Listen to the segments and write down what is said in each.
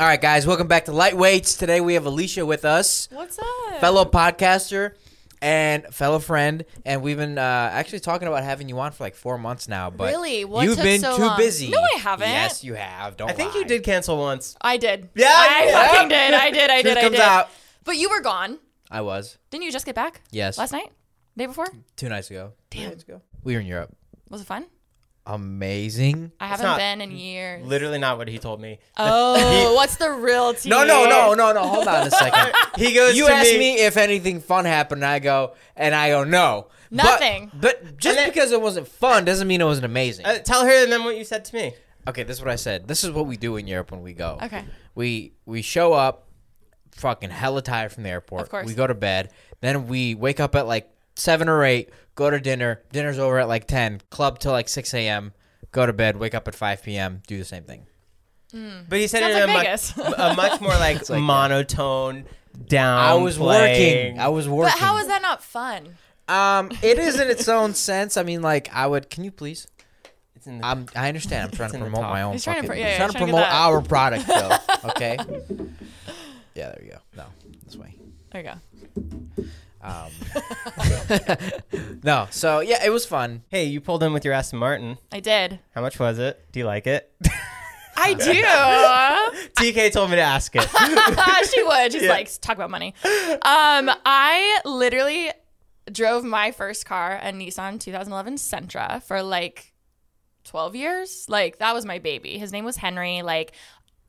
All right, guys. Welcome back to Lightweights. Today we have Alicia with us, What's up? fellow podcaster and fellow friend, and we've been uh, actually talking about having you on for like four months now. But Really? What you've took been so too long? busy. No, I haven't. Yes, you have. Don't. I think lie. you did cancel once. I did. Yeah, I you did. fucking did. I did. I Truth did. I comes did. out. But you were gone. I was Didn't you just get back? Yes. Last night? Day before? two nights ago. Damn. Two nights ago. We were in Europe. Was it fun? Amazing. I not haven't been in years. Literally not what he told me. Oh, what's the real tea? No, no, no, no, no. Hold on a second. He goes. You to asked me. if anything fun happened, and I go, and I go, no, But- Nothing. But, just then- because it wasn't fun doesn't mean it wasn't amazing. Uh, tell her and then what you said to me. okay, this is what I said. This is what we do in Europe when we go. Okay. we we show up, fucking hella tired from the airport. Of course. we go to bed, then we wake up at like seven or eight, go to dinner. Dinner's over at like ten, club till like six a.m. Go to bed, wake up at five p.m. Do the same thing. But he said Sounds it in like a, Vegas. Much, a much more like, monotone down. I was playing. working. I was working. But how is that not fun? Um, it is in its own sense. I mean, like, I would. Can you please? It's in the- I'm, I understand. I'm trying to in the promote top. my own. He's trying fucking- to pro- yeah, I'm yeah, trying he's to trying promote to get that. our product, though. Okay. yeah, there you go. No, this way. There you go. No. So yeah, it was fun. hey, you pulled in with your Aston Martin. I did. How much was it? Do you like it? I do. TK told me to ask it. she would. She's like, talk about money. Um, I literally drove my first car, a Nissan 2011 Sentra, for like 12 years. Like, that was my baby. His name was Henry. Like,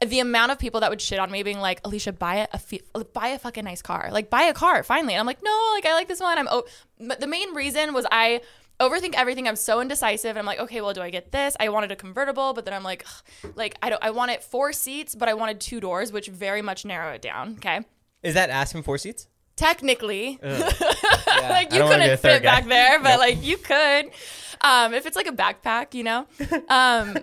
the amount of people that would shit on me being like, Alicia, buy a, a fe- buy a fucking nice car. Like, buy a car, finally. And I'm like, no, like, I like this one. I'm, oh, but the main reason was I overthink everything. I'm so indecisive. And I'm like, okay, well, do I get this? I wanted a convertible, but then I'm like, ugh, like, I don't, I wanted four seats, but I wanted two doors, which very much narrow it down. Okay. Is that Aston four seats? Technically, like you don't wanna be a couldn't third fit guy. back there, but like you could, um, if it's like a backpack, you know. Um,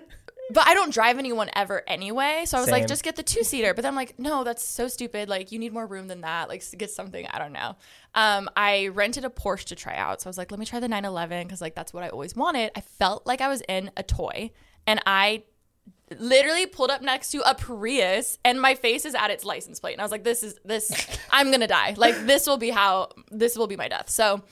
but I don't drive anyone ever anyway, so I was Same. like, just get the two seater. But then I'm like, no, that's so stupid. Like you need more room than that. Like s- get something. I don't know. Um, I rented a Porsche to try out, so I was like, let me try the 911 because like that's what I always wanted. I felt like I was in a toy, and I literally pulled up next to a Prius and my face is at its license plate. And I was like, this is this I'm gonna die. Like this will be how this will be my death. So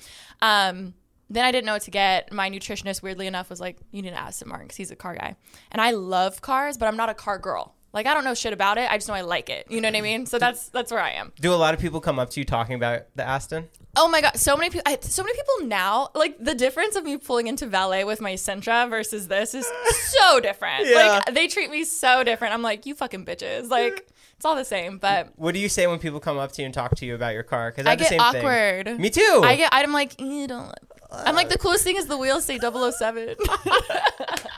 um then I didn't know what to get. My nutritionist, weirdly enough, was like, you need to ask Aston Martin because he's a car guy. And I love cars, but I'm not a car girl. Like I don't know shit about it. I just know I like it. You know what I mean? So that's that's where I am. Do a lot of people come up to you talking about the Aston? Oh my god, so many people. So many people now. Like the difference of me pulling into valet with my Sentra versus this is so different. Like they treat me so different. I'm like, you fucking bitches. Like it's all the same, but What do you say when people come up to you and talk to you about your car? Because I have the get same awkward. Thing. Me too. I get. I'm like, you don't. I'm like the coolest thing is the wheels say 007.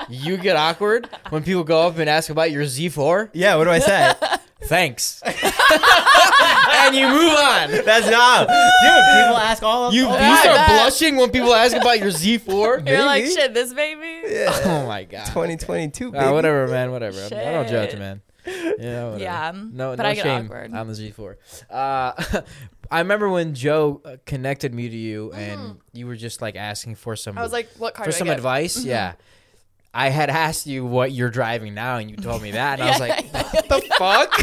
You get awkward when people go up and ask about your Z4. yeah. What do I say? Thanks. and you move on. That's not, dude. People ask all of You, you all the I start bet. blushing when people ask about your Z4. You're like, Maybe. shit, this baby. oh my god. 2022. Ah, Uh, baby. whatever, man. Whatever. I mean, I don't judge, Shit. man. Yeah. Whatever. Yeah, um, No, but no I get shame awkward. on the Z4. Uh, I remember when Joe uh, connected me to you, and you were just like asking for some. Mm-hmm. I was like, what car? for do I some get? Mm-hmm. advice. Yeah. I had asked you what you're driving now, and you told me that, and I was like, "What the fuck?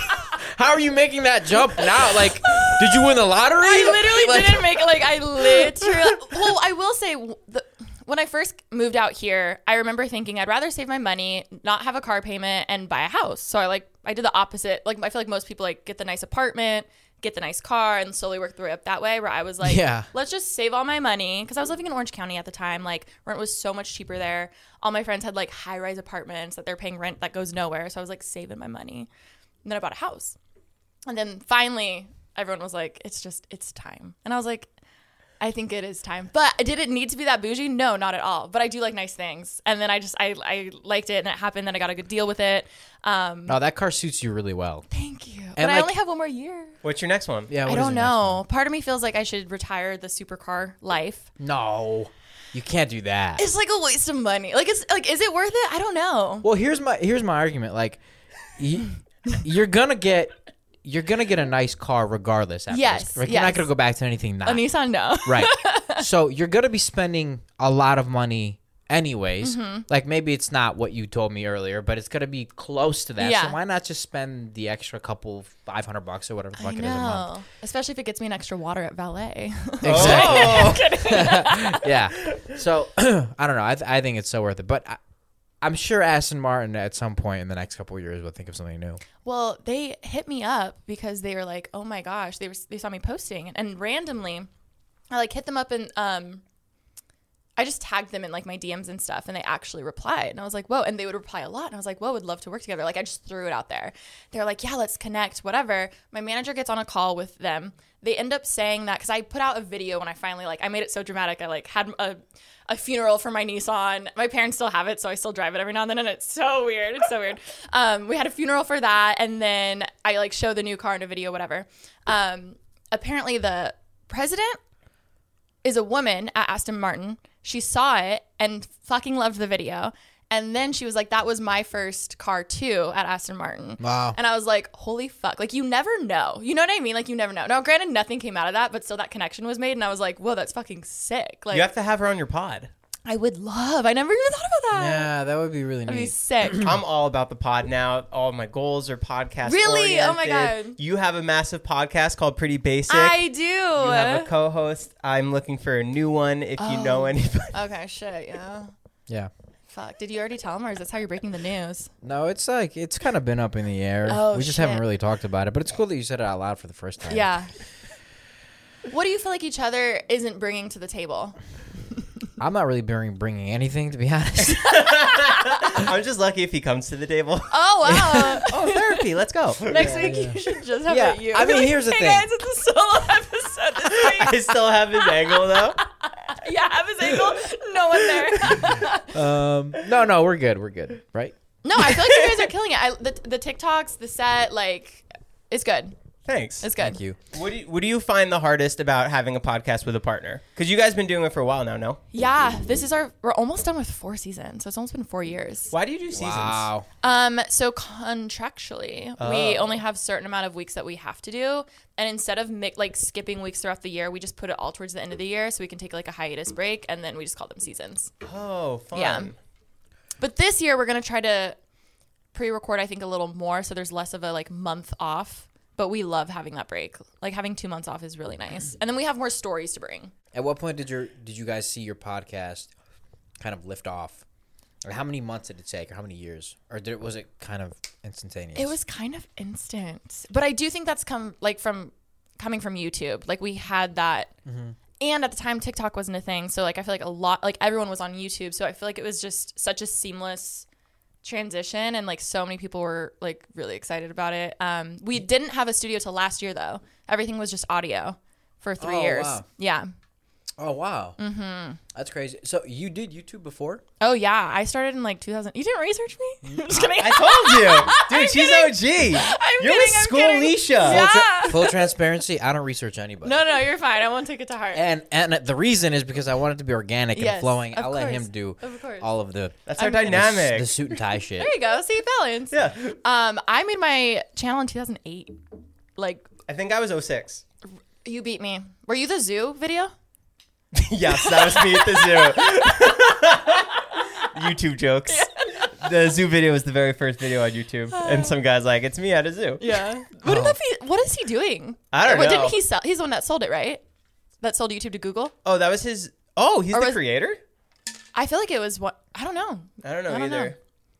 How are you making that jump now? Like, did you win the lottery? I literally Like, didn't make it. Like I literally. Well, I will say w- the. when I first moved out here, I remember thinking I'd rather save my money, not have a car payment, and buy a house. So I like I did the opposite. Like I feel like most people like get the nice apartment, get the nice car, and slowly work their way up that way. Where I was like, Yeah. let's just save all my money because I was living in Orange County at the time. Like rent was so much cheaper there. All my friends had like high rise apartments that they're paying rent that goes nowhere. So I was like saving my money, and then I bought a house, and then finally everyone was like, it's just it's time, and I was like. I think it is time. But did it need to be that bougie? No, not at all. But I do like nice things, and then I just I, I liked it, and it happened. Then I got a good deal with it. Um, No, that car suits you really well. thank you. but I like- only have one more year. What's your next one? Yeah, I what is don't it next? know. Part of me feels like I should retire the supercar life. No, you can't do that. It's like a waste of money. Like it's like is it worth it? I don't know. Well, here's my here's my argument. Like, y- you're gonna get you're gonna get a nice car regardless. After Yes, this. Like, you're not yes. gonna go back to anything. Not A Nissan, no. right. So you're gonna be spending a lot of money anyways. Mm-hmm. Like maybe it's not what you told me earlier, but it's gonna be close to that. Yeah. So why not just spend the extra couple five hundred bucks or whatever the fuck I it is a month? know. Especially if it gets me an extra water at valet. Exactly. Oh. yeah. So I don't know. I, th- I think it's so worth it, but. I, I'm sure Aston Martin at some point in the next couple of years will think of something new. Well, they hit me up because they were like, "Oh my gosh!" They were, they saw me posting, and, and randomly, I like hit them up and um, I just tagged them in like my DMs and stuff, and they actually replied, and I was like, "Whoa!" And they would reply a lot, and I was like, "Whoa, would love to work together." Like I just threw it out there. They're like, "Yeah, let's connect." Whatever. My manager gets on a call with them. They end up saying that because I put out a video when I finally like I made it so dramatic. I like had a a funeral for my Nissan. My parents still have it, so I still drive it every now and then, and it's so weird. It's so weird. Um, we had a funeral for that, and then I like show the new car in a video, whatever. Um, apparently, the president is a woman at Aston Martin. She saw it and fucking loved the video. And then she was like, that was my first car too at Aston Martin. Wow. And I was like, holy fuck. Like, you never know. You know what I mean? Like, you never know. Now, granted, nothing came out of that, but still that connection was made. And I was like, whoa, that's fucking sick. Like, You have to have her on your pod. I would love. I never even thought about that. Yeah, that would be really That'd be neat. sick. I'm all about the pod now. All my goals are podcast. Really? Oh my oriented. God. You have a massive podcast called Pretty Basic. I you have a do. Oh. co-host. I'm looking for a new one. If you know anybody, okay, shit, yeah. Yeah. Fuck. Did you already tell him, or is this how you're breaking the news? No, it's like it's kind of been up in the air. Oh, we just shit. haven't really talked about it, but it's cool that you said it out loud for the first time. Yeah. What do you feel like each other isn't bringing to the table? I'm not really bringing bringing anything to be honest. I'm just lucky if he comes to the table. Oh wow! oh, therapy. Let's go. Next week you should just have Yeah, it you. I mean, here's the hey thing. guys, it's a solo episode this week. I still have his angle though. yeah, have his angle. No one there. um, no, no, we're good. We're good, right? no, I feel like you guys are killing it. I, the the TikToks, the set, like, it's good. Thanks. It's good. Thank you. What do you, What do you find the hardest about having a podcast with a partner? Because you guys been doing it for a while now. No. Yeah, this is our. We're almost done with four seasons, so it's almost been four years. Why do you do seasons? Wow. Um, so contractually, Oh. we only have certain amount of weeks that we have to do, and instead of mi- like skipping weeks throughout the year, we just put it all towards the end of the year, so we can take like a hiatus break, and then we just call them seasons. Oh, fun. Yeah. But this year, we're gonna try to pre-record, I think, a little more, so there's less of a like month off. But we love having that break. Like having two months off is really nice, and then we have more stories to bring. At what point did your did you guys see your podcast kind of lift off? Or how many months did it take, or how many years, or did it, was it kind of instantaneous? It was kind of instant, but I do think that's come like from coming from YouTube. Like we had that, and at the time TikTok wasn't a thing, so like I feel like a lot like everyone was on YouTube, so I feel like it was just such a seamless transition, and like so many people were like really excited about it. Um, we didn't have a studio till last year though; everything was just audio for three Oh, years. wow. Yeah. Oh wow. Mm-hmm. That's crazy. So you did YouTube before? Oh yeah, I started in like 2000. You didn't research me? I'm just kidding. I told you, dude. she's OG. I'm You're with kidding, I'm school, kidding. Nisha. Yeah. Full transparency. I don't research anybody. No, no, you're fine. I won't take it to heart. And and the reason is because I want it to be organic Yes, and flowing. of I'll let him course, do of course. all of the That's our I'm kidding. dynamic. the suit and tie shit. There you go. See balance. Yeah. Um, I made my channel in 2008. Like I think I was 06. you beat me. Were you the zoo video? yes, that was me at the zoo. YouTube jokes. The zoo video was the very first video on YouTube, and some guy's like, "It's me at a zoo." Yeah. What if he? What is he doing? I don't What, know. Didn't he sell? He's the one that sold it, right? That sold YouTube to Google. Oh, that was his. Oh, he's the was- creator. I feel like it was what I don't know. Uh, I don't know I don't either. know.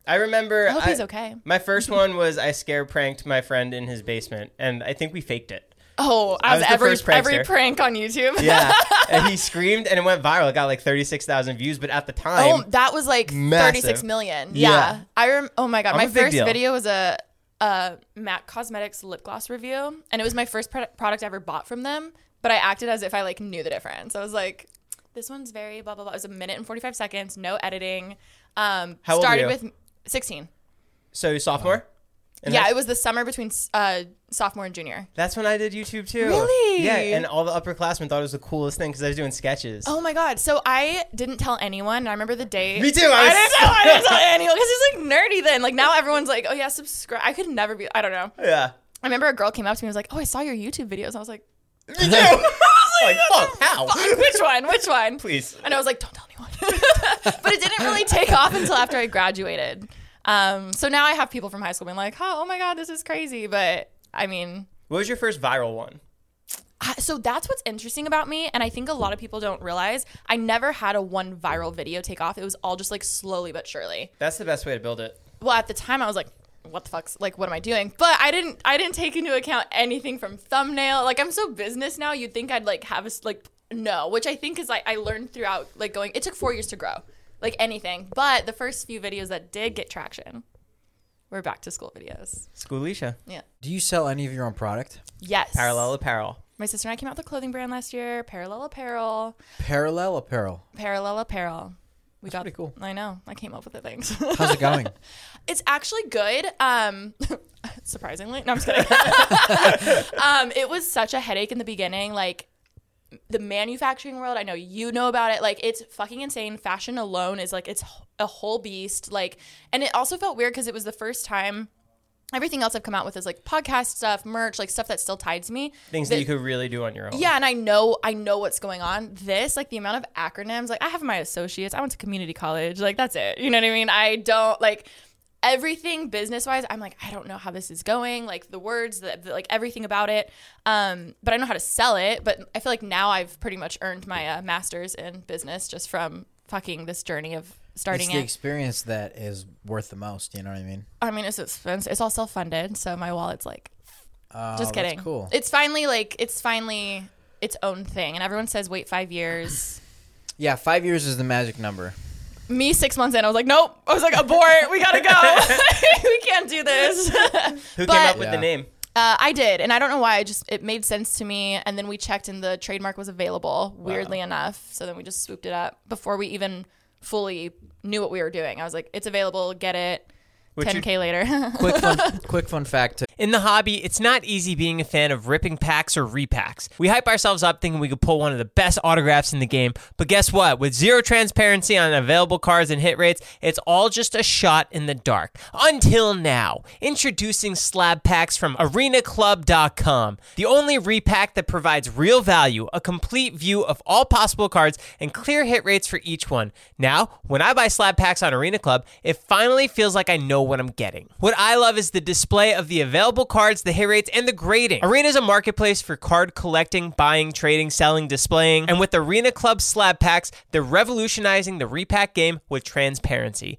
I remember. I hope he's okay. My first one was I scare pranked my friend in his basement, and I think we faked it. Oh, I I was was, the every first prankster. every prank on YouTube. Yeah, and he screamed, and it went viral. It got like thirty six thousand views, but at the time, Oh, that was like Massive. 36 million. Yeah. Yeah. I rem- Oh my God. I'm a my big first deal. video was a, a MAC Cosmetics lip gloss review, and it was my first pro- product I ever bought from them, but I acted as if I like knew the difference. I was like, this one's very blah, blah, blah. It was a minute and 45 seconds, no editing. Um, How old were started you? with 16. so sophomore. And yeah, that's- it was the summer between uh, sophomore and junior. That's when I did YouTube too. Really? Yeah, and all the upperclassmen thought it was the coolest thing because I was doing sketches. Oh my god! So I didn't tell anyone. and I remember the day. Me too, I I, was- didn't tell. I didn't tell anyone because it's like nerdy. Then like now everyone's like, oh yeah, subscribe. I could never be. I don't know. Yeah. I remember a girl came up to me and was like, "Oh, I saw your YouTube videos." I was like, Me too. like, fuck, how? "Which one? Which one?" Please. And I was like, "Don't tell anyone." but it didn't really take off until after I graduated. Um, so now I have people from high school being like, "Oh, oh my god, this is crazy." But I mean, What was your first viral one? I- so that's what's interesting about me and i think a lot of people don't realize i never had a one viral video take off it was all just like slowly but surely That's the best way to build it. well at the time i was like what the fuck's like what am i doing but i didn't i didn't take into account anything from thumbnail like i'm so business now you'd think i'd like have a s- like no which i think is like i learned throughout like going it took four years to grow like anything but the first few videos that did get traction were back to school videos Schoolisha. yeah Do you sell any of your own product? yes Parallel apparel. my sister and i came out with a clothing brand last year parallel apparel Parallel apparel. Parallel Apparel. We got pretty cool. I know. I came up with it. Thanks. How's it going? it's actually good. Um, surprisingly, no, I'm just kidding. um, it was such a headache in the beginning. Like the manufacturing world, I know you know about it. Like it's fucking insane. Fashion alone is like it's a whole beast. Like, and it also felt weird because it was the first time. Everything else I've come out with is like podcast stuff, merch, like stuff that's still tied to me. Things that you could really do on your own. Yeah, and I know I know what's going on. This like the amount of acronyms. Like I have my associates. I went to community college. Like that's it. You know what I mean? I don't like everything business wise. I'm like I don't know how this is going. Like the words, the, the- like everything about it. Um, but I know how to sell it. But I feel like now I've pretty much earned my uh, master's in business just from fucking this journey of it's starting the it. experience that is worth the most. You know what I mean? I mean, it's expensive. It's all self funded, so my wallet's like Uh, Just kidding. That's cool. It's finally like it's finally its own thing, and everyone says wait five years. yeah, five years is the magic number. Me six months in, I was like, nope. I was like, abort. We gotta go. we can't do this. Who came But- up with Yeah. the name? Uh, I did, and I don't know why. I just it made sense to me. And then we checked, and the trademark was available. Weirdly enough, so then we just swooped it up before we even fully knew what we were doing. I was like, it's available. Get it. Which you- 10k later. Quick fun, quick fun fact to In the hobby, it's not easy being a fan of ripping packs or repacks. We hype ourselves up thinking we could pull one of the best autographs in the game, but guess what? With zero transparency on available cards and hit rates, it's all just a shot in the dark. Until now, introducing slab packs from arenaclub.com, the only repack that provides real value, a complete view of all possible cards, and clear hit rates for each one. Now, when I buy slab packs on Arena Club, it finally feels like I know what I'm getting. What I love is the display of the available cards, the hit rates, and the grading. Arena is a marketplace for card collecting, buying, trading, selling, displaying, and with Arena Club slab packs, they're revolutionizing the repack game with transparency.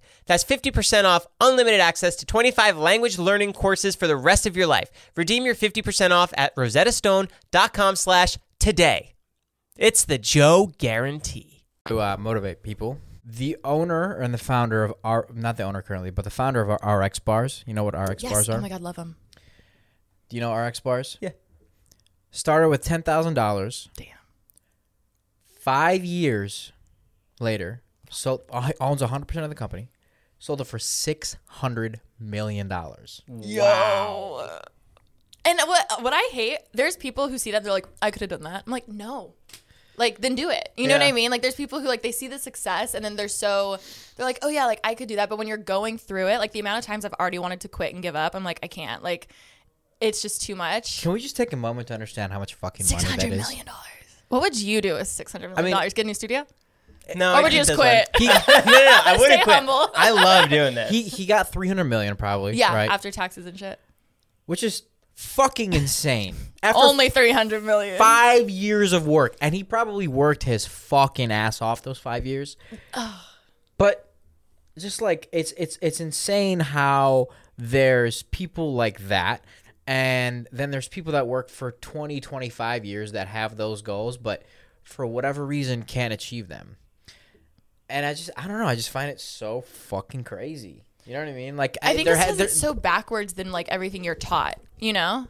That's 50% off unlimited access to 25 language learning courses for the rest of your life. Redeem your 50% off at rosettastone.com slash today. It's the Joe guarantee. to uh, motivate people. The owner and the founder of our not the owner currently, but the founder of our RX bars. You know what RX Yes. bars Oh are? my god, love them. Do you know RX bars? Yeah. Started with ten thousand dollars. Damn. Five years later, sold uh, owns hundred percent of the company. Sold it for six hundred million dollars. Mm. And what what I hate, there's people who see that they're like, I could have done that. I'm like, no. Like then do it. You know what Yeah. I mean? Like there's people who like they see the success and then they're so they're like, "Oh yeah, like I could do that." But when you're going through it, like the amount of times I've already wanted to quit and give up, I'm like, I can't. Like it's just too much. Can we just take a moment to understand how much fucking Six money that hundred is? million dollars. What would you do with six hundred million mean- dollars? Get a new studio? No, Or would you just quit? no, no, no, I Stay wouldn't quit. humble. I love doing this. He he got three hundred million probably. Yeah, right? after taxes and shit. which is fucking insane. After Only three hundred million. five years of work, and he probably worked his fucking ass off those five years. But just like it's it's it's insane how there's people like that and then there's people that work for 20 25 years that have those goals but for whatever reason can't achieve them and i just i don't know i just find it so fucking crazy you know what i mean like I think there it's ha- because there- it's so backwards than like everything you're taught, you know?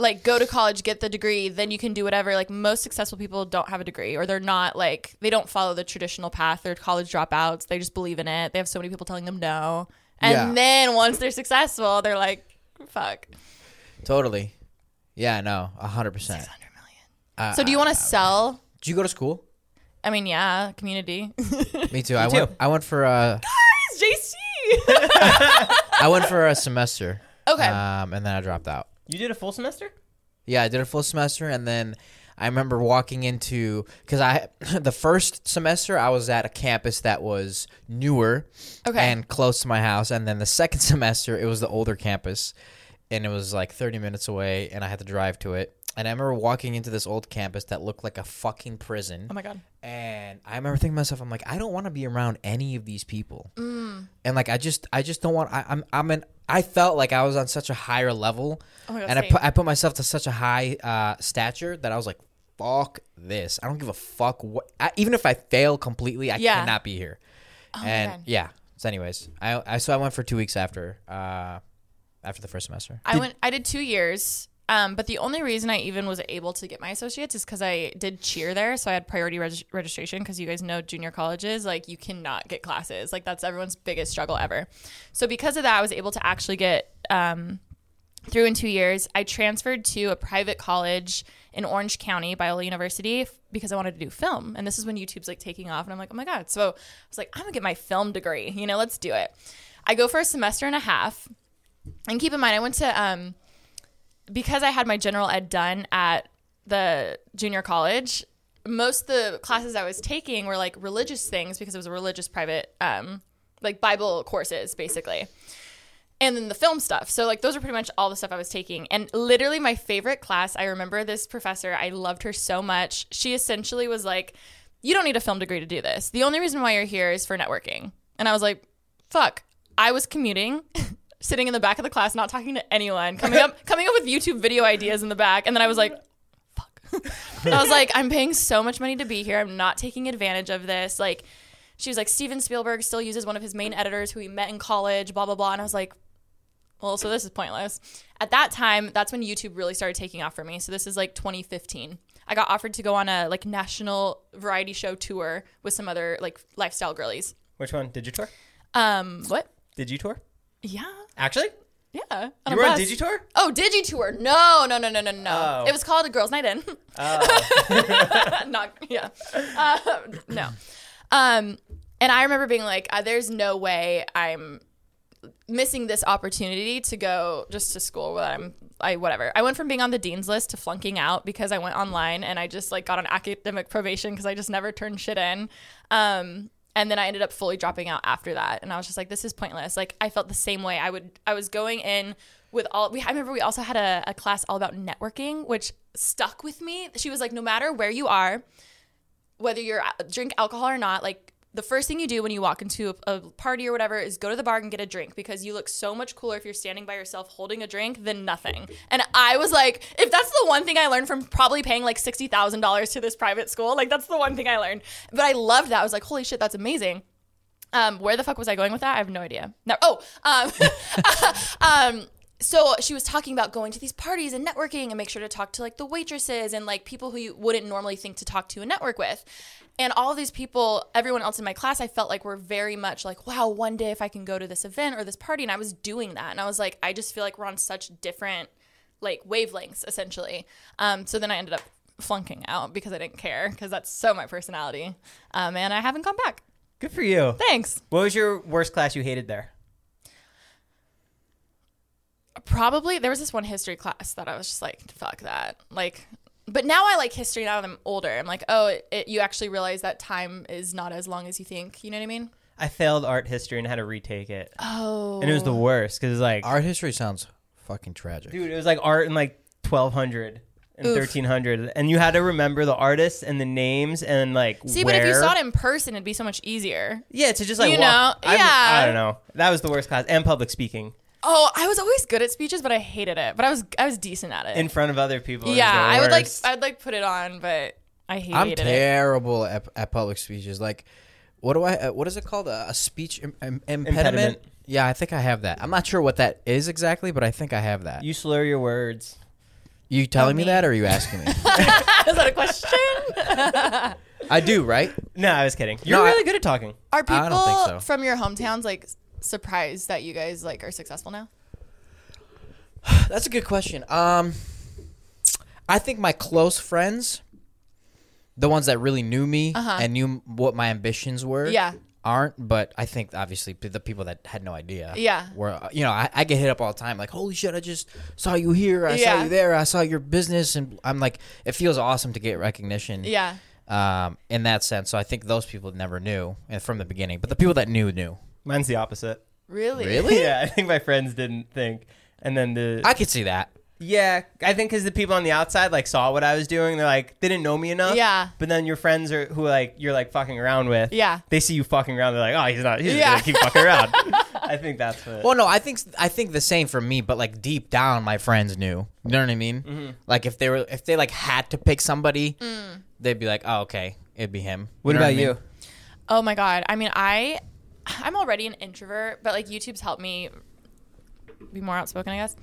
Like go to college, get the degree, then you can do whatever. Like most successful people don't have a degree or they're not like they don't follow the traditional path. They're college dropouts. They just believe in it. They have so many people telling them no. And Yeah. then once they're successful, they're like, fuck. totally yeah no 100% so Uh, do you want to sell? did you go to school I mean, yeah, community. Me too. I went. I went for a. JC. I went for a semester. Okay. Um, and then I dropped out. You did a full semester? Yeah, I did a full semester, and then I remember walking into because I the first semester I was at a campus that was newer, Okay. and close to my house, and then the second semester it was the older campus, and it was like thirty minutes away, and I had to drive to it. And I remember walking into this old campus that looked like a fucking prison. oh my god. and I remember thinking to myself, I'm like, I don't want to be around any of these people, Mm. and like I just, I just don't want. I, I'm, I'm an. I felt like I was on such a higher level, Oh my God, and I same. put, I put myself to such a high uh, stature that I was like, fuck this. I don't give a fuck what. I, even if I fail completely, I Yeah. Oh, cannot be here. and God. yeah. So, anyways, I, I so I went for two weeks after, uh, after the first semester. I went. I did two years. Um, but the only reason I even was able to get my associates is because I did cheer there, so I had priority reg- registration. Because you guys know, junior colleges like you cannot get classes. Like that's everyone's biggest struggle ever. So because of that, I was able to actually get um, through in two years. I transferred to a private college in Orange County, Biola University, f- because I wanted to do film. And this is when YouTube's like taking off. And I'm like, oh my God. So I was like, I'm going to get my film degree. You know, let's do it. I go for a semester and a half. And keep in mind, I went to, um, because I had my general ed done at the junior college, most of the classes I was taking were like religious things because it was a religious private, um, like Bible courses, basically and then the film stuff. So like those are pretty much all the stuff I was taking. And literally my favorite class, I remember this professor, I loved her so much. She essentially was like, "You don't need a film degree to do this. The only reason why you're here is for networking." And I was like, "Fuck. I was commuting." sitting in the back of the class not talking to anyone coming up coming up with youtube video ideas in the back and then i was like and I was like, I'm paying so much money to be here. I'm not taking advantage of this. Like, she was like, Steven Spielberg still uses one of his main editors who he met in college, blah, blah, blah. And I was like, well, so this is pointless. At that time, that's when YouTube really started taking off for me. So this is like 2015. I got offered to go on a like national variety show tour with some other like lifestyle girlies. Which one? Did you tour? Um, what? Did you tour? Yeah, Actually, yeah. on a you were on bus. Digitour. Oh, Digi Tour. No, no, no, no, no, no. Oh. It was called a girls' night in. Not yeah. Uh, no. Um, and I remember being like, uh, "There's no way I'm missing this opportunity to go just to school where I'm I whatever." I went from being on the dean's list to flunking out because I went online and I just like got on academic probation because I just never turned shit in. Um, and then I ended up fully dropping out after that. And I was just like, this is pointless. Like I felt the same way. I would I was going in with all we I remember we also had a, a class all about networking, which stuck with me. She was like, no matter where you are, whether you're uh, drink alcohol or not, like the first thing you do when you walk into a, a party or whatever is go to the bar and get a drink because you look so much cooler if you're standing by yourself holding a drink than nothing. And I was like, if that's the one thing I learned from probably paying like sixty thousand dollars to this private school, like that's the one thing I learned. But I loved that. I was like, holy shit, that's amazing. Um, where the fuck was I going with that? I have no idea. No. Oh, um, um, so she was talking about going to these parties and networking and make sure to talk to like the waitresses and like people who you wouldn't normally think to talk to and network with. And all these people, everyone else in my class, I felt like were very much like, wow, one day if I can go to this event or this party. And I was doing that. And I was like, I just feel like we're on such different like wavelengths essentially. Um, so then I ended up flunking out because I didn't care because that's so my personality. Um, and I haven't come back. Good for you. Thanks. What was your worst class you hated there? probably there was this one history class that I was just like, fuck that. Like, but now I like history now that I'm older. I'm like, oh, it, it, you actually realize that time is not as long as you think. You know what I mean? I failed art history and had to retake it, Oh, and it was the worst because like, Art history sounds fucking tragic. dude, it was like art in like twelve hundred and Oof. thirteen hundred, and you had to remember the artists and the names and like see, but if you where. saw it in person, it'd be so much easier. yeah, to just like You walk- know, I- yeah. I don't know. That was the worst class, and public speaking Oh, I was always good at speeches, but I hated it. But I was I was decent at it. in front of other people. is yeah, the I would like worst. I'd like put it on, but I hated I'm it. terrible at, at public speeches. Like, what do I? Uh, what is it called? A, a speech Im- im- impediment? Impediment. Yeah, I think I have that. I'm not sure what that is exactly, but I think I have that. You, you slur your words. telling me that, or are you asking me? Is that a question? I do, right? No, I was kidding. You're No, I- really good at talking. Are people I don't think so. from your hometowns like s- surprised that you guys like are successful now? That's a good question. Um, I think my close friends, the ones that really knew me and knew what my ambitions were, Uh-huh. Yeah. aren't. But I think obviously p- the people that had no idea, Yeah. were uh, you know I, I get hit up all the time like, holy shit, I just saw you here, I Yeah. saw you there, I saw your business, and I'm like, it feels awesome to get recognition. Yeah. Um, in that sense, so I think those people never knew and from the beginning, but the people that knew knew. Mine's the opposite. Really? yeah, I think my friends didn't think, and then the I could see that. yeah, I think because the people on the outside like saw what I was doing, they're like they didn't know me enough. Yeah. but then your friends are who like you're like fucking around with. Yeah. they see you fucking around, they're like, oh, he's not, he's Yeah. gonna keep fucking around. I think that's what. Well, no, I think I think the same for me, but like deep down, my friends knew. You know what I mean? Mm-hmm. Like if they were, if they like had to pick somebody, they'd be like, "Oh, okay, it'd be him." what know about I you? mean? Oh my god. I mean, I I'm already an introvert, but like YouTube's helped me be more outspoken, I guess.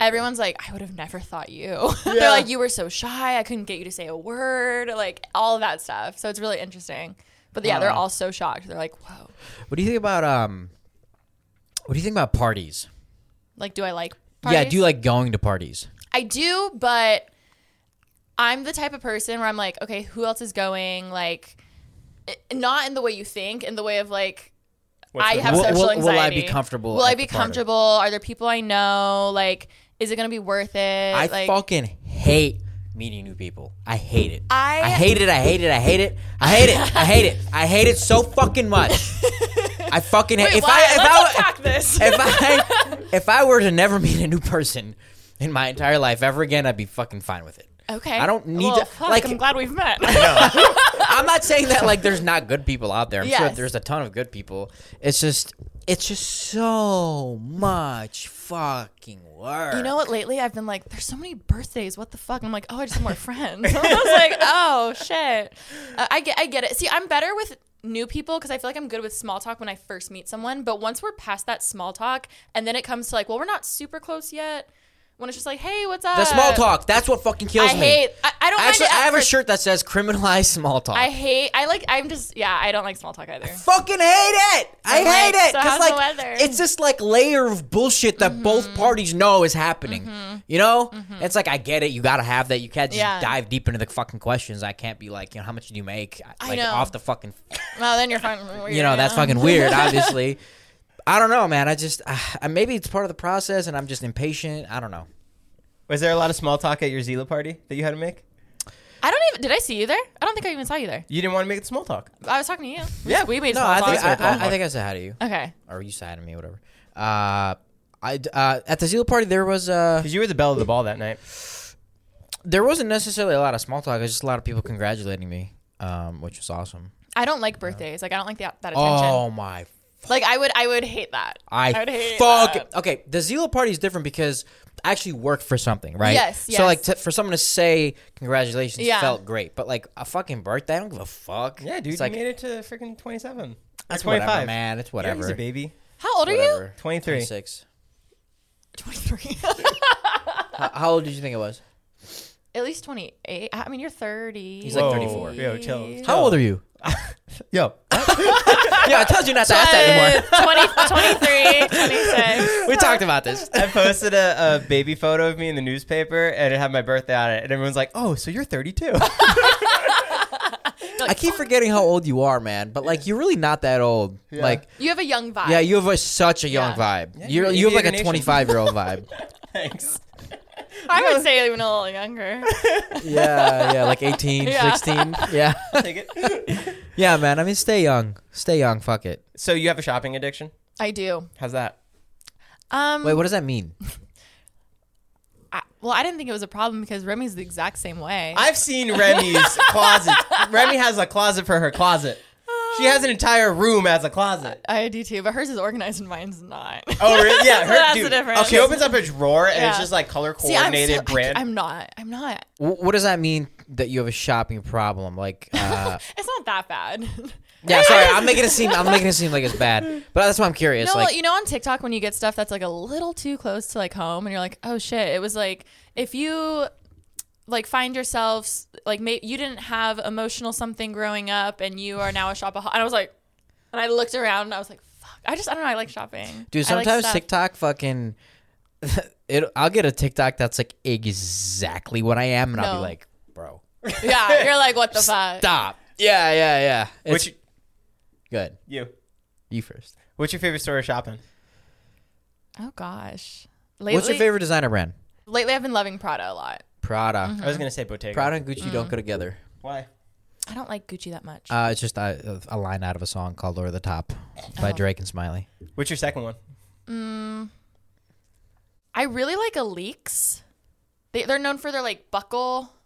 Everyone's like, I would have never thought you. They're like, you were so shy. I couldn't get you to say a word, like all of that stuff. So it's really interesting. But yeah, they're all so shocked. They're like, whoa. What do you think about um? What do you think about parties? Like, do I like Yeah, do you like going to parties? I do, but I'm the type of person where I'm like, okay, who else is going? Like, i- not in the way you think, in the way of like, I have Will- social will- anxiety. will I be comfortable Will I at be the party? comfortable? Are there people I know? Like, is it gonna be worth it? I like, fucking hate meeting new people. I hate it. I- I hate it. I hate it. I hate it. I hate it. I hate it. I hate it so fucking much. I fucking hate. Wait, if why? I if Let's I unpack this. if I if I were to never meet a new person in my entire life ever again, I'd be fucking fine with it. okay, I don't need Well, to fuck, like. I'm glad we've met. I'm not saying that like there's not good people out there. I'm sure Yes. there's a ton of good people. It's just it's just so much fucking work. you know what? Lately, I've been like, there's so many birthdays. What the fuck? And I'm like, oh, I just have more friends. I was like, oh shit. Uh, I get, I get it. See, I'm better with new people because I feel like I'm good with small talk when I first meet someone. But once we're past that small talk, and then it comes to like, well, we're not super close yet. When it's just like, hey, what's up? The small talk. That's what fucking kills I me. hate. I, I don't. mind Actually, it I at have a first. shirt that says "Criminalize Small Talk." I hate. I like. I'm just. Yeah, I don't like small talk either. fucking hate it. I I'm hate like, it so because how's the like weather? Mm-hmm. it's this like layer of bullshit that both parties know is happening. You know, it's like I get it. You gotta have that. You can't just Yeah. dive deep into the fucking questions. I can't be like, you know, how much do you make? I Like know. off the fucking, Well, then you're fucking. Weird, you know, that's yeah. fucking weird. Obviously, I don't know, man. I just uh, maybe it's part of the process, and I'm just impatient. I don't know. Was there a lot of small talk at your Zila party that you had to make? I don't even. Did I see you there? I don't think I even saw you there. You didn't want to make it small talk. I was talking to you. We- Yeah. we made No, small I talk. think I, I, I think I said hi to you, okay. or you said hi to me, whatever. Uh, I d- uh, at the Zeal party there was uh Because you were the belle of the ball that night. there wasn't necessarily a lot of small talk. It was just a lot of people congratulating me, um, which was awesome. I don't like birthdays. Like I don't like that, that attention. Oh my! Like I would. I would hate that. I, would hate fuck. that. Okay, the Zila party is different because I actually work for something, right? Yes, So yes. like to, for someone to say congratulations Yeah. felt great, but like a fucking birthday, I don't give a fuck. Yeah, dude, It's like you made it to freaking 27. that's Or 25. whatever, man. It's Yeah, he's whatever. a baby. How old are you? Whatever. 23. 26. Twenty three. How, how old did you think it was? At least 28. I mean, you're 30. He's like 34. Yo, chill. How old are you? Yo. yeah, I told you not to ask that anymore. Uh, 20, 23, 26. We talked about this. I posted a, a baby photo of me in the newspaper and it had my birthday on it. And everyone's like, oh, so you're 32. I keep forgetting how old you are, man. But like, you're really not that old. Like, You have a young vibe. Yeah, you have a, such a young Yeah. vibe. You're, you're you have like Aviator a Nation. 25 year old vibe. Thanks. I would say even a little younger. yeah, yeah, like 18, Yeah. 16. Yeah. Take it. yeah, man. I mean, stay young. Stay young. Fuck it. So you have a shopping addiction? I do. How's that? Um, Wait, what does that mean? I- well, I didn't think it was a problem because Remy's the exact same way. I've seen Remy's closet. Remy has a closet for her closet. She has an entire room as a closet. I do too, but hers is organized and mine's not. Oh, really? Yeah, her, That's the dude, difference. She opens up a drawer and it's Yeah. just like color See, I'm, coordinated still- I- brand. I'm not. I'm not. W- what does that mean that you have a shopping problem? Like, uh, It's not that bad. yeah, sorry. I'm making it seem, I'm making it seem like it's bad. But that's why I'm curious. No, like, you know on TikTok when you get stuff that's like a little too close to like home and you're like, "Oh shit, it was like if you like find yourself s- like may- you didn't have emotional something growing up and you are now a shopaholic." And I was like and I looked around and I was like, "Fuck, I just I don't know, I like shopping." dude, I like sometimes stuff. TikTok fucking, it, I'll get a TikTok that's like exactly what I am. And I'll No. be like, bro, Yeah, you're like, "What the fuck?" stop. Yeah, yeah, yeah. It's What's your, good. you? You first. What's your favorite store of shopping? Oh gosh. Lately, What's your favorite designer brand? Lately, I've been loving Prada a lot. Prada. Mm-hmm. I was gonna say Bottega. Prada and Gucci don't go together. Why? I don't like Gucci that much. Uh, it's just a, a line out of a song called "Over the Top" by Uh-huh. Drake and Smiley. What's your second one? I really like Alix. They, they're known for their like buckle.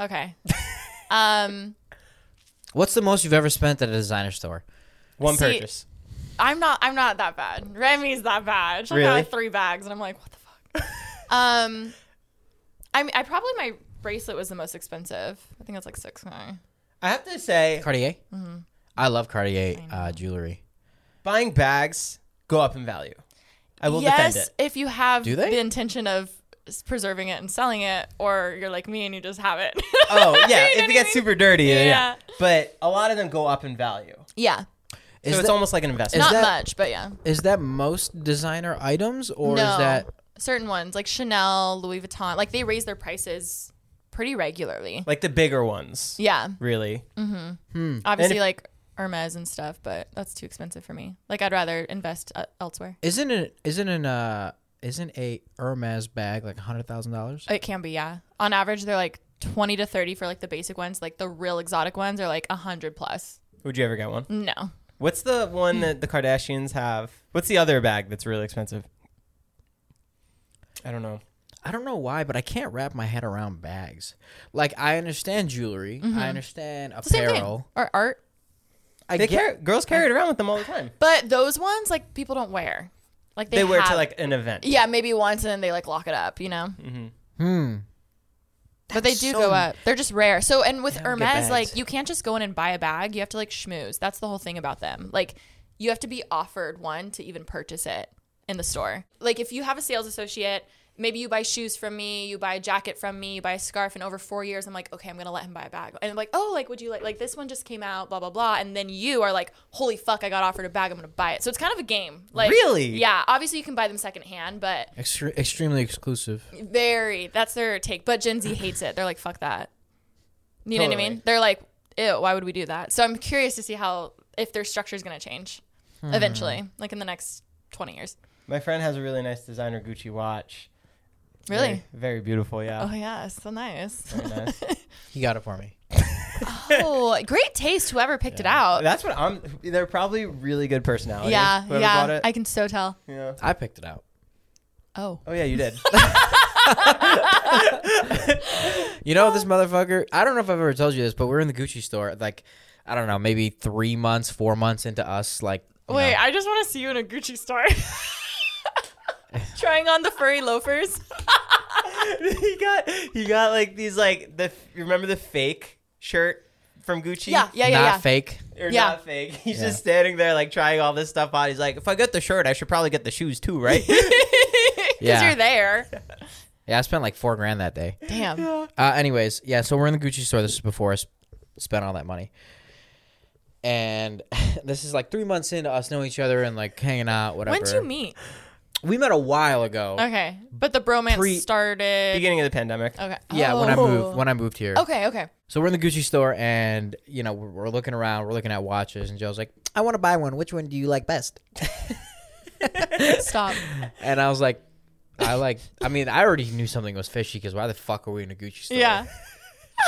Okay. um. What's the most you've ever spent at a designer store? One See- purchase. I'm not. I'm not that bad. Remy's that bad. She'll Really? have three bags, and I'm like, what the fuck? um, I mean, I probably my bracelet was the most expensive. I think that's like six. huh? I have to say, Cartier. Mm-hmm. I love Cartier uh, jewelry. buying bags go up in value. I will yes, defend it. if you have Do they? the intention of s- preserving it and selling it, or you're like me and you just have it. Oh yeah, You know if what it I gets mean? super dirty, yeah. yeah. Yeah. But a lot of them go up in value, so yeah, Is, it's that, almost like an investment. not that- much, but yeah. is that most designer items, or no, is that certain ones like Chanel, Louis Vuitton, like they raise their prices pretty regularly. like the bigger ones, Yeah, Mm. really. hmm. obviously if- like Hermes and stuff, but that's too expensive for me. Like I'd rather invest uh, elsewhere. isn't it isn't an uh, isn't a Hermes bag like hundred thousand dollars? It can be, yeah. On average, they're like twenty to thirty for like the basic ones. Like the real exotic ones are like hundred plus. Would you ever get one? No, What's the one that the Kardashians have? What's the other bag that's really expensive? I don't know. I don't know why, but I can't wrap my head around bags. Like I understand jewelry, I understand Mm-hmm. It's the same apparel. thing or art. I They get- carry, girls carry it around with them all the time. But those ones, like people don't wear. Like they, They, wear it to have- like an event. yeah, maybe once and then they like lock it up. You know, but they do so- go up. They're just rare. So and with don't get Hermes, bags. like you can't just go in and buy a bag. You have to like schmooze. That's the whole thing about them. Like you have to be offered one to even purchase it in the store. Like if you have a sales associate, maybe you buy shoes from me, you buy a jacket from me, you buy a scarf, and over four years, I'm like, okay, I'm gonna let him buy a bag. And I'm like, oh, like would you like like this one just came out, blah blah blah. And then you are like, holy fuck, I got offered a bag, I'm gonna buy it. So it's kind of a game. Like Really? Yeah. Obviously, you can buy them secondhand, but Extre- extremely exclusive. very. That's their take. But Gen Z hates it. They're like, fuck that. You know what I Totally. mean? They're like, ew, why would we do that? So I'm curious to see how, if their structure is going to change eventually, like in the next 20 years. My friend has a really nice designer Gucci watch. Really? Very, very beautiful, Oh, yeah. yeah. So nice. Very nice. He got it for me. oh, great taste, whoever picked it out. That's what I'm. They're probably really good personalities. yeah. whoever bought Yeah. it. I can so tell. yeah. I picked it out. Oh. Oh yeah, you did. You know Uh. this motherfucker. I don't know if I've ever told you this, but we're in the Gucci store. Like, I don't know, maybe three months, four months into us. Like, you Wait, know, I just want to see you in a Gucci store. Trying on the furry loafers. he got he got like these like the you remember the fake shirt from Gucci? Yeah. Yeah. Yeah. not yeah. fake. Or Yeah. not fake. He's just standing there like trying all this stuff on. He's like, if I get the shirt, I should probably get the shoes too, right? Because Yeah. you're there. Yeah, I spent like four grand that day. Damn. Uh, anyways, yeah, so we're in the Gucci store. This is before I s- spent all that money. And this is like three months into us knowing each other and like hanging out, whatever. When'd you meet? We met a while ago. Okay, but the bromance Pre- started. Beginning of the pandemic. okay. Yeah, when I Oh. moved when I moved here. Okay. Okay. So we're in the Gucci store, and you know we're, we're looking around, we're looking at watches, and Joe's like, "I want to buy one. Which one do you like best?" Stop. And I was like, "I like. I mean, I already knew something was fishy because why the fuck are we in a Gucci store?" yeah.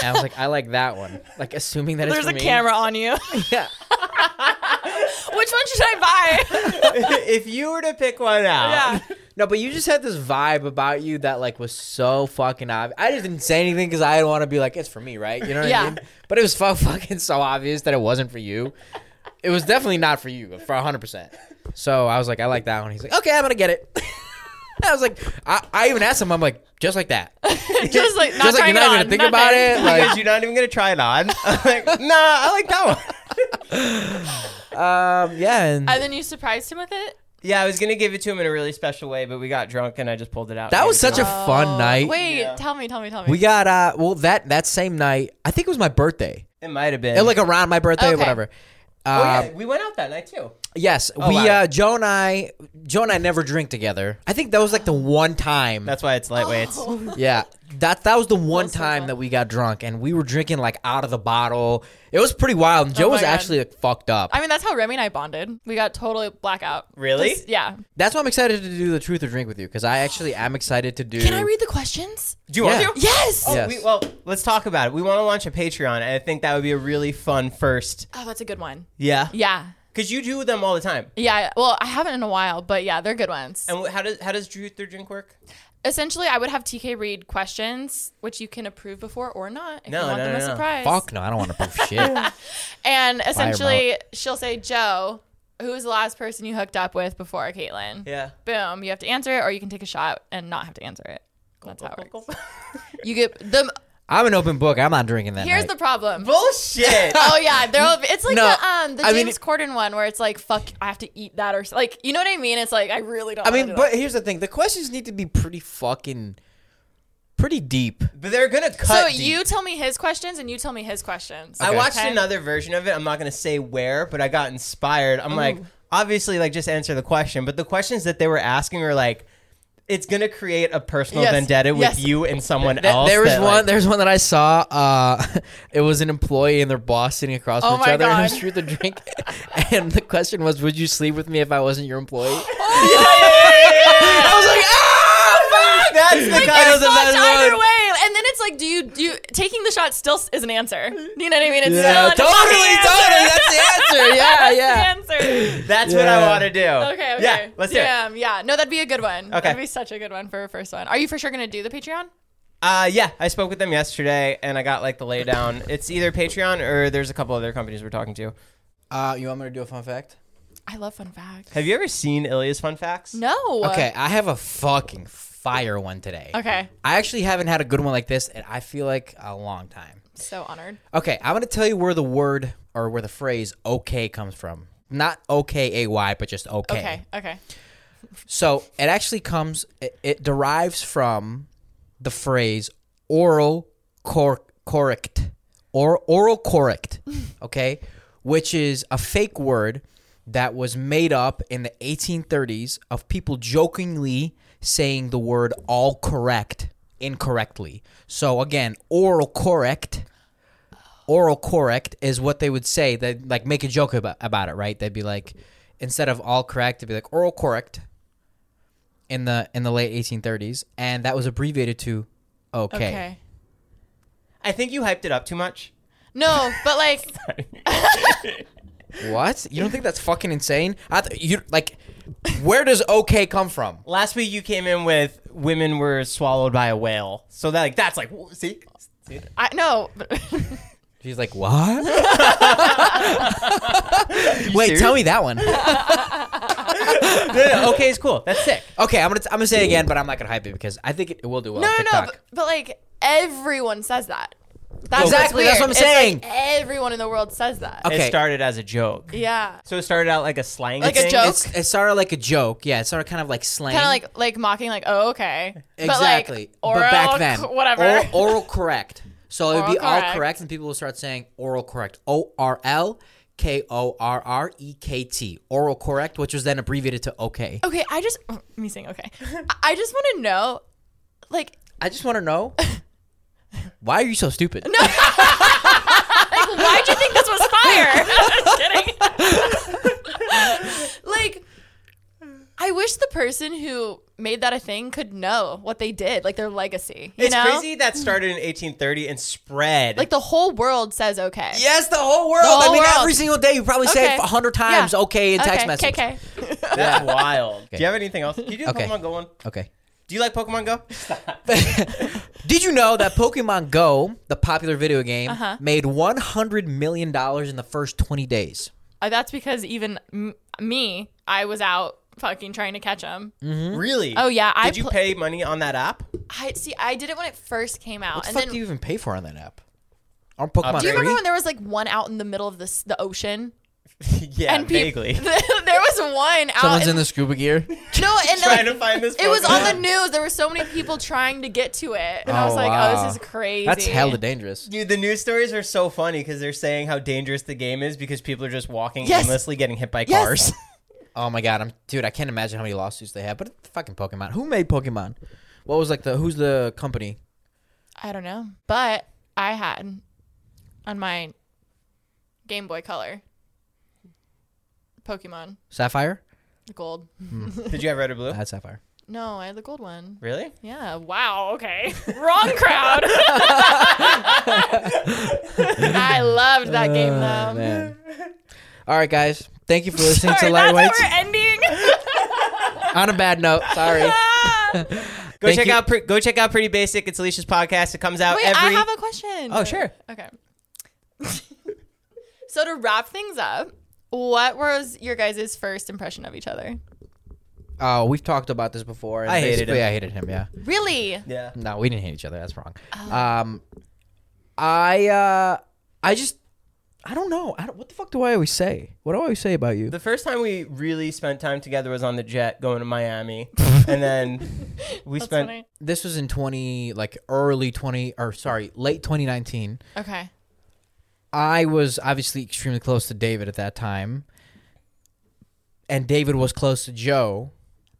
And I was like, "I like that one. Like assuming that it's There's for a me. camera on you. Yeah. Which one should I buy? if you were to pick one out, Uh, yeah. No, but you just had this vibe about you that like was so fucking obvious. I just didn't say anything because I didn't want to be like it's for me, right? You know what Yeah. I mean? But it was so fucking so obvious that it wasn't for you. It was definitely not for you for hundred percent. So I was like, I like that one. He's like, okay, I'm gonna get it. I was like, I, I even asked him. I'm like, just like that. just like not just like you're not trying it even on, gonna think about nothing. it. Like, Because you're not even gonna try it on. I'm like, nah, I like that one. um, yeah. And And then you surprised him with it. Yeah, I was gonna give it to him in a really special way, but we got drunk and I just pulled it out. that was such a fun night. Oh, Wait. Tell me. Tell me. Tell me. We got uh, well that that same night. I think it was my birthday. It might have been. It was, like around my birthday, Okay. or whatever. oh Uh, yeah, we went out that night too. Yes, we wow. uh, Joe and I, Joe and I never drink together. I think that was like the one time. That's why it's lightweights. Oh. yeah, that that was the one so time fun. that we got drunk and we were drinking like out of the bottle. It was pretty wild. And Joe Oh my was God. actually like, fucked up. I mean, that's how Remy and I bonded. We got totally blackout. Really? Just- yeah. That's why I'm excited to do the truth or drink with you because I actually am excited to do. Can I read the questions? Do you want Yeah. to? Yes. Oh, Yes. we, well, let's talk about it. We want to launch a Patreon, and I think that would be a really fun first. Oh, that's a good one. Yeah. Yeah. Because you do them all the time. Yeah. Well, I haven't in a while, but yeah, they're good ones. And wh- how does how does Truth or Drink work? Essentially, I would have TK read questions, which you can approve before or not if No, you want no, them no, as a no. surprise. Fuck no, I don't want to prove shit. And essentially, she'll say, Joe, who was the last person you hooked up with before Caitlin? Yeah. Boom. You have to answer it, or you can take a shot and not have to answer it. That's how it works. You get the. I'm an open book. I'm not drinking that. Here's night. the problem. Bullshit. Oh yeah, they're it's like No, the um the I James mean- Corden one where it's like fuck I have to eat that or so- like you know what I mean? It's like I really don't. I wanna mean, do but that. here's the thing: the questions need to be pretty fucking, pretty deep. but they're gonna cut. so deep. you tell me his questions and you tell me his questions. I watched Okay? another version of it. I'm not gonna say where, but I got inspired. I'm like, Oh. obviously, like just answer the question. But the questions that they were asking were like, it's gonna create a personal Yes. vendetta with Yes. you and someone Th- else. there was that, one. like- there was one that I saw. Uh, it was an employee and their boss sitting across Oh from each my other. And it was God. truth or drink. and the question was, "Would you sleep with me if I wasn't your employee?" I was like, "Ah, fuck!" That's the kind It of was the Fucked best either one. way, and then it's like, do you do you- taking the shot still s- is an answer? You know what I mean? It's Yeah, still totally, an totally. fucking answer. That's the answer. Yeah, yeah. That's the answer. That's what I Yeah. want to do. Okay, okay. Yeah, let's do it. Damn, yeah. No, that'd be a good one. Okay. That'd be such a good one for a first one. Are you for sure going to do the Patreon? Uh, yeah, I spoke with them yesterday, and I got like the laydown. It's either Patreon or there's a couple other companies we're talking to. Uh, you want me to do a fun fact? I love fun facts. Have you ever seen Ilya's fun facts? No. Okay, I have a fucking fire one today. Okay. I actually haven't had a good one like this, and I feel like a long time. So honored. Okay, I'm gonna tell you where the word or where the phrase "okay" comes from. Not okay, ay, but just okay. Okay. Okay. So it actually comes. It, it derives from the phrase "oral cor- correct" or "oral correct," okay, which is a fake word that was made up in the 1830s of people jokingly saying the word "all correct" incorrectly. So again, "oral correct." oral correct is what they would say. They like make a joke about, about it, right? They'd be like, instead of all correct, they'd be like oral correct in the in the late 1830s, and that was abbreviated to okay. Okay. I think you hyped it up too much. No, but like What? You don't think that's fucking insane? I th- you like, where does okay come from? Last week you came in with women were swallowed by a whale. So that like that's like wh- see? I no. but- She's like, what? Wait, tell me that one. No, no, okay is cool. That's sick. Okay, I'm gonna t- I'm gonna say it again, but I'm not gonna hype it because I think it, it will do well. No, on no, no. TikTok. But, but like everyone says that. That's what's Exactly, that's weird. what I'm It's, saying. like, everyone in the world says that. Okay. It started as a joke. Yeah. So it started out like a slang Like a thing. joke? It's, it started like a joke. Yeah, it started kind of like slang. Kind of like like mocking like oh okay. Exactly. But, like, oral, back then, c- whatever. Or- oral correct. So it would Oral be all correct. correct, and people will start saying oral correct. O R L K O R R E K T. Oral correct, which was then abbreviated to okay. Okay, I just Oh, me saying okay. I- I just want to know, like, I just want to know why are you so stupid? No. why'd you think this was fire? Just kidding. like, I wish the person who made that a thing could know what they did, like their legacy. You It's know, crazy that started in 1830 and spread. like the whole world says okay. Yes, the whole world. whole I mean, world. every single day you probably say Okay. it a hundred times Yeah. okay in text okay. message. KK. That's wild. Do Okay. you have anything else? Do you do the Okay. Pokemon Go one? Okay. Do you like Pokemon Go? Did you know that Pokemon Go, the popular video game, Uh-huh. made one hundred million dollars in the first twenty days? Uh, that's because even m- me, I was out fucking trying to catch him. Mm. Really? Oh, yeah, Did I you pl- pay money on that app? I see. I did it when it first came out, What the Uh, and fuck then Uh, do you even pay for on that app? On Pokemon do you remember Free? when there was like one out in the middle of the s- the ocean? yeah, peop- there was one out. Someone's in- in the scuba gear. no, Trying and like, to find this It was on the Pokemon. news. There were so many people trying to get to it, and I Oh, was like, "Oh, wow. this is crazy." That's hella dangerous. Dude, the news stories are so funny because they're saying how dangerous the game is because people are just walking Yes. aimlessly getting hit by Yes. cars. Oh my god, I'm dude. I can't imagine how many lawsuits they have. But it's fucking Pokemon. Who made Pokemon? What was like the who's the company? I don't know, but I had on my Game Boy Color Pokemon Sapphire. the gold. Did you have red or blue? I had Sapphire. No, I had the gold one. Really? Yeah. Wow. Okay. Wrong crowd. I loved that game though. Oh, Man. All right, guys. Thank you for listening Sorry, to that's how we're Lightweights. ending. On a bad note. Sorry. Go Thank check you. out pre- go check out Pretty Basic. It's Alicia's podcast. It comes out Wait, I every. have a question. Oh, sure. Okay. so to wrap things up, what was your guys' first impression of each other? Oh, we've talked about this before. and I hated basically him. I hated him. Yeah. Really? yeah. No, we didn't hate each other. That's wrong. Oh. Um, I uh, I just I don't know. I don't, what the fuck do I always say? What do I always say about you? The first time we really spent time together was on the jet going to Miami, and then we That's spent. funny. this was in 20 like early 20 or sorry late 2019 Okay. i was obviously extremely close to david at that time and david was close to joe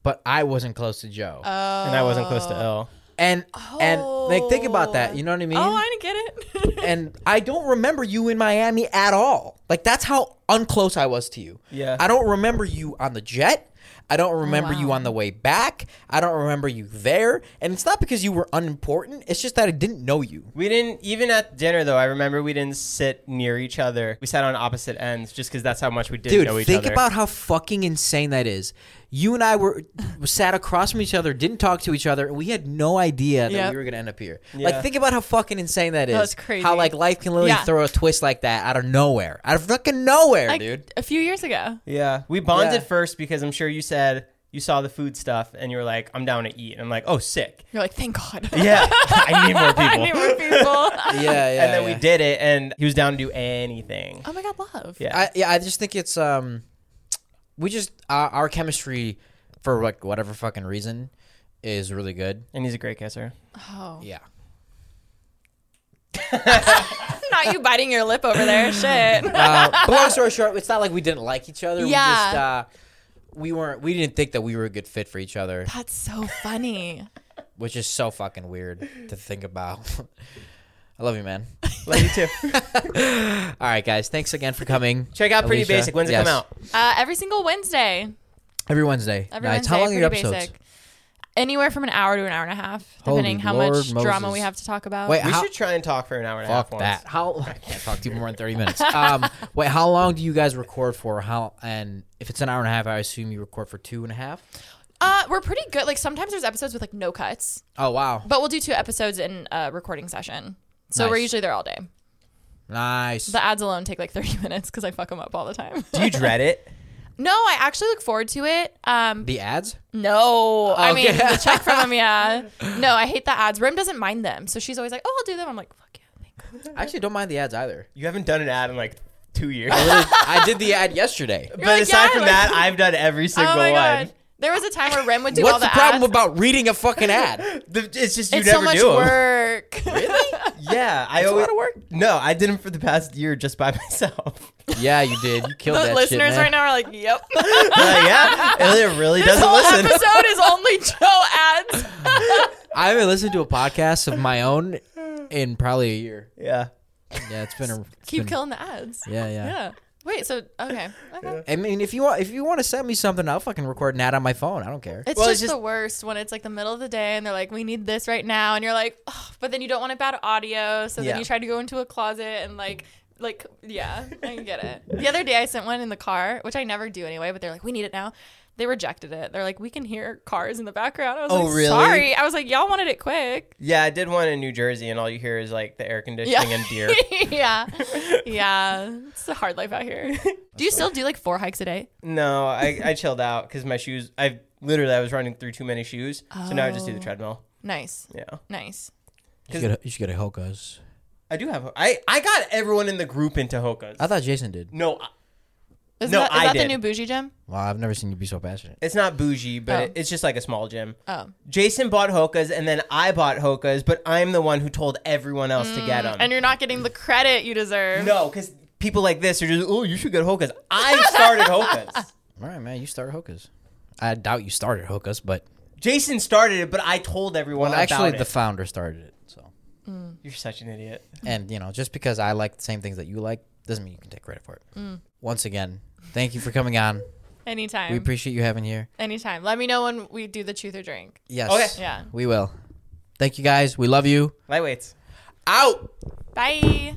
but i wasn't close to joe Uh, And I wasn't close to L. and and like think about that you know what i mean Oh, I didn't get it. and i don't remember you in miami at all like that's how unclose i was to you Yeah. i don't remember you on the jet I Oh, don't remember you on the way back. I don't remember you there. And it's not because you were unimportant. It's just that I didn't know you. We didn't even at dinner though. I remember we didn't sit near each other. We sat on opposite ends just because that's how much we did Dude, know each think other. about how fucking insane that is. You and I were sat across from each other, didn't talk to each other, and we had no idea that Yep. we were gonna end up here. Yeah. Like, think about how fucking insane that is. That's crazy. How like life can literally Yeah. throw a twist like that out of nowhere, out of fucking nowhere, Like, dude. A few years ago. yeah, we bonded Yeah. first because I'm sure you said you saw the food stuff and you were like, I'm down to eat. And I'm like, oh, sick. You're like, thank God. Yeah, I need more people. They were people. Oh Yeah, yeah. and then we yeah. did it, and he was down to do anything. Oh my God, love. Yeah. I, yeah, I just think it's um, we just our, our chemistry for like whatever fucking reason is really good. And he's a great kisser. Oh, Yeah. not you biting your lip over there. Shit. Uh, but long story short, it's not like we didn't like each other. We just, uh, Yeah. we weren't. We didn't think that we were a good fit for each other, That's so funny. which is so fucking weird to think about. I love you, man. Love you too. All right, guys. Thanks again for coming. Check out Pretty Alicia. Basic. When's it Yes. come out? Uh, every single Wednesday. Every Wednesday. Every Nice. Wednesday. How long are your pretty episodes? Basic. Anywhere from an hour to an hour and a half, Holy depending how Lord much drama Moses. we have to talk about. Wait, We how, should try and talk for an hour and a half. fuck once. that. How I can't talk to you more than thirty minutes. Um, wait, how long do you guys record for? How and if it's an hour and a half, I assume you record for two and a half. Uh, we're pretty good. Like sometimes there's episodes with like no cuts, Oh wow, but we'll do two episodes in a recording session. So we're Nice. usually there all day. nice. The ads alone take like 30 minutes because I fuck them up all the time. Do you dread it? no, I actually look forward to it. Um, the ads? no, I mean Okay. the check from them. Yeah, no, I hate the ads. Rim doesn't mind them, so she's always like, "Oh, I'll do them." I'm like, "Fuck yeah, thank God." I actually don't mind the ads either. You haven't done an ad in like two years. I did the ad yesterday. but like, aside yeah, from like- that, I've done every single oh my one. god, there was a time where Rim would do all What's the, the problem ads. about reading a fucking ad? The- it's just you it's so never much do 'em. work. Yeah, I always No, I did them for the past year just by myself. yeah, you did. You killed the that listeners shit, man. right now are like, "Yep." Like, yeah, Ilya really This doesn't whole listen. episode is only Joe ads. I haven't listened to a podcast of my own in probably a year. Yeah, Yeah, it's been a it's Keep been- killing the ads. Yeah, yeah, Yeah. Wait. So okay. Okay. I mean, if you want, if you want to send me something, I'll fucking record an ad on my phone. I don't care. It's Well, it's just the worst when it's like the middle of the day and they're like, "We need this right now," and you're like, oh, "But then you don't want it bad audio, so Yeah. then you try to go into a closet and like." Like yeah, I can get it. The other day I sent one in the car, which I never do anyway. But they're like, we need it now. They rejected it. They're like, we can hear cars in the background. I was Oh, like, really? sorry. I was like, y'all wanted it quick. yeah, I did one in New Jersey, and all you hear is like the air conditioning and deer. yeah, yeah. It's a hard life out here. Do you still do like four hikes a day? No, I, I chilled out because my shoes. I literally I was running through too many shoes, so now I just do the Oh. treadmill. Nice, Yeah, nice. You should, get a, you should get a Hoka's. I do have. I I got everyone in the group into hokas. I thought Jason did. no, I- Isn't No, that, is I that did. the new bougie gym? Wow, I've never seen you be so passionate. it's not bougie, but Oh. it, it's just like a small gym. Oh. Jason bought hokas, and then I bought hokas, but I'm the one who told everyone else to get them. Mm, And you're not getting the credit you deserve. No, because people like this are just, oh, you should get Hokas. I started Hokas. All right, man, you started Hoka's. I doubt you started Hoka's, but Jason started it, but I told everyone well, about actually, it. the founder started it. So, You're such an idiot. and you know, just because I like the same things that you like doesn't mean you can take credit for it. Once again, thank you for coming on. Anytime. We appreciate you having here. Anytime. Let me know when we do the truth or drink. Yes. Okay. Yeah. We will. Thank you guys. We love you. Lightweights. Out. Bye.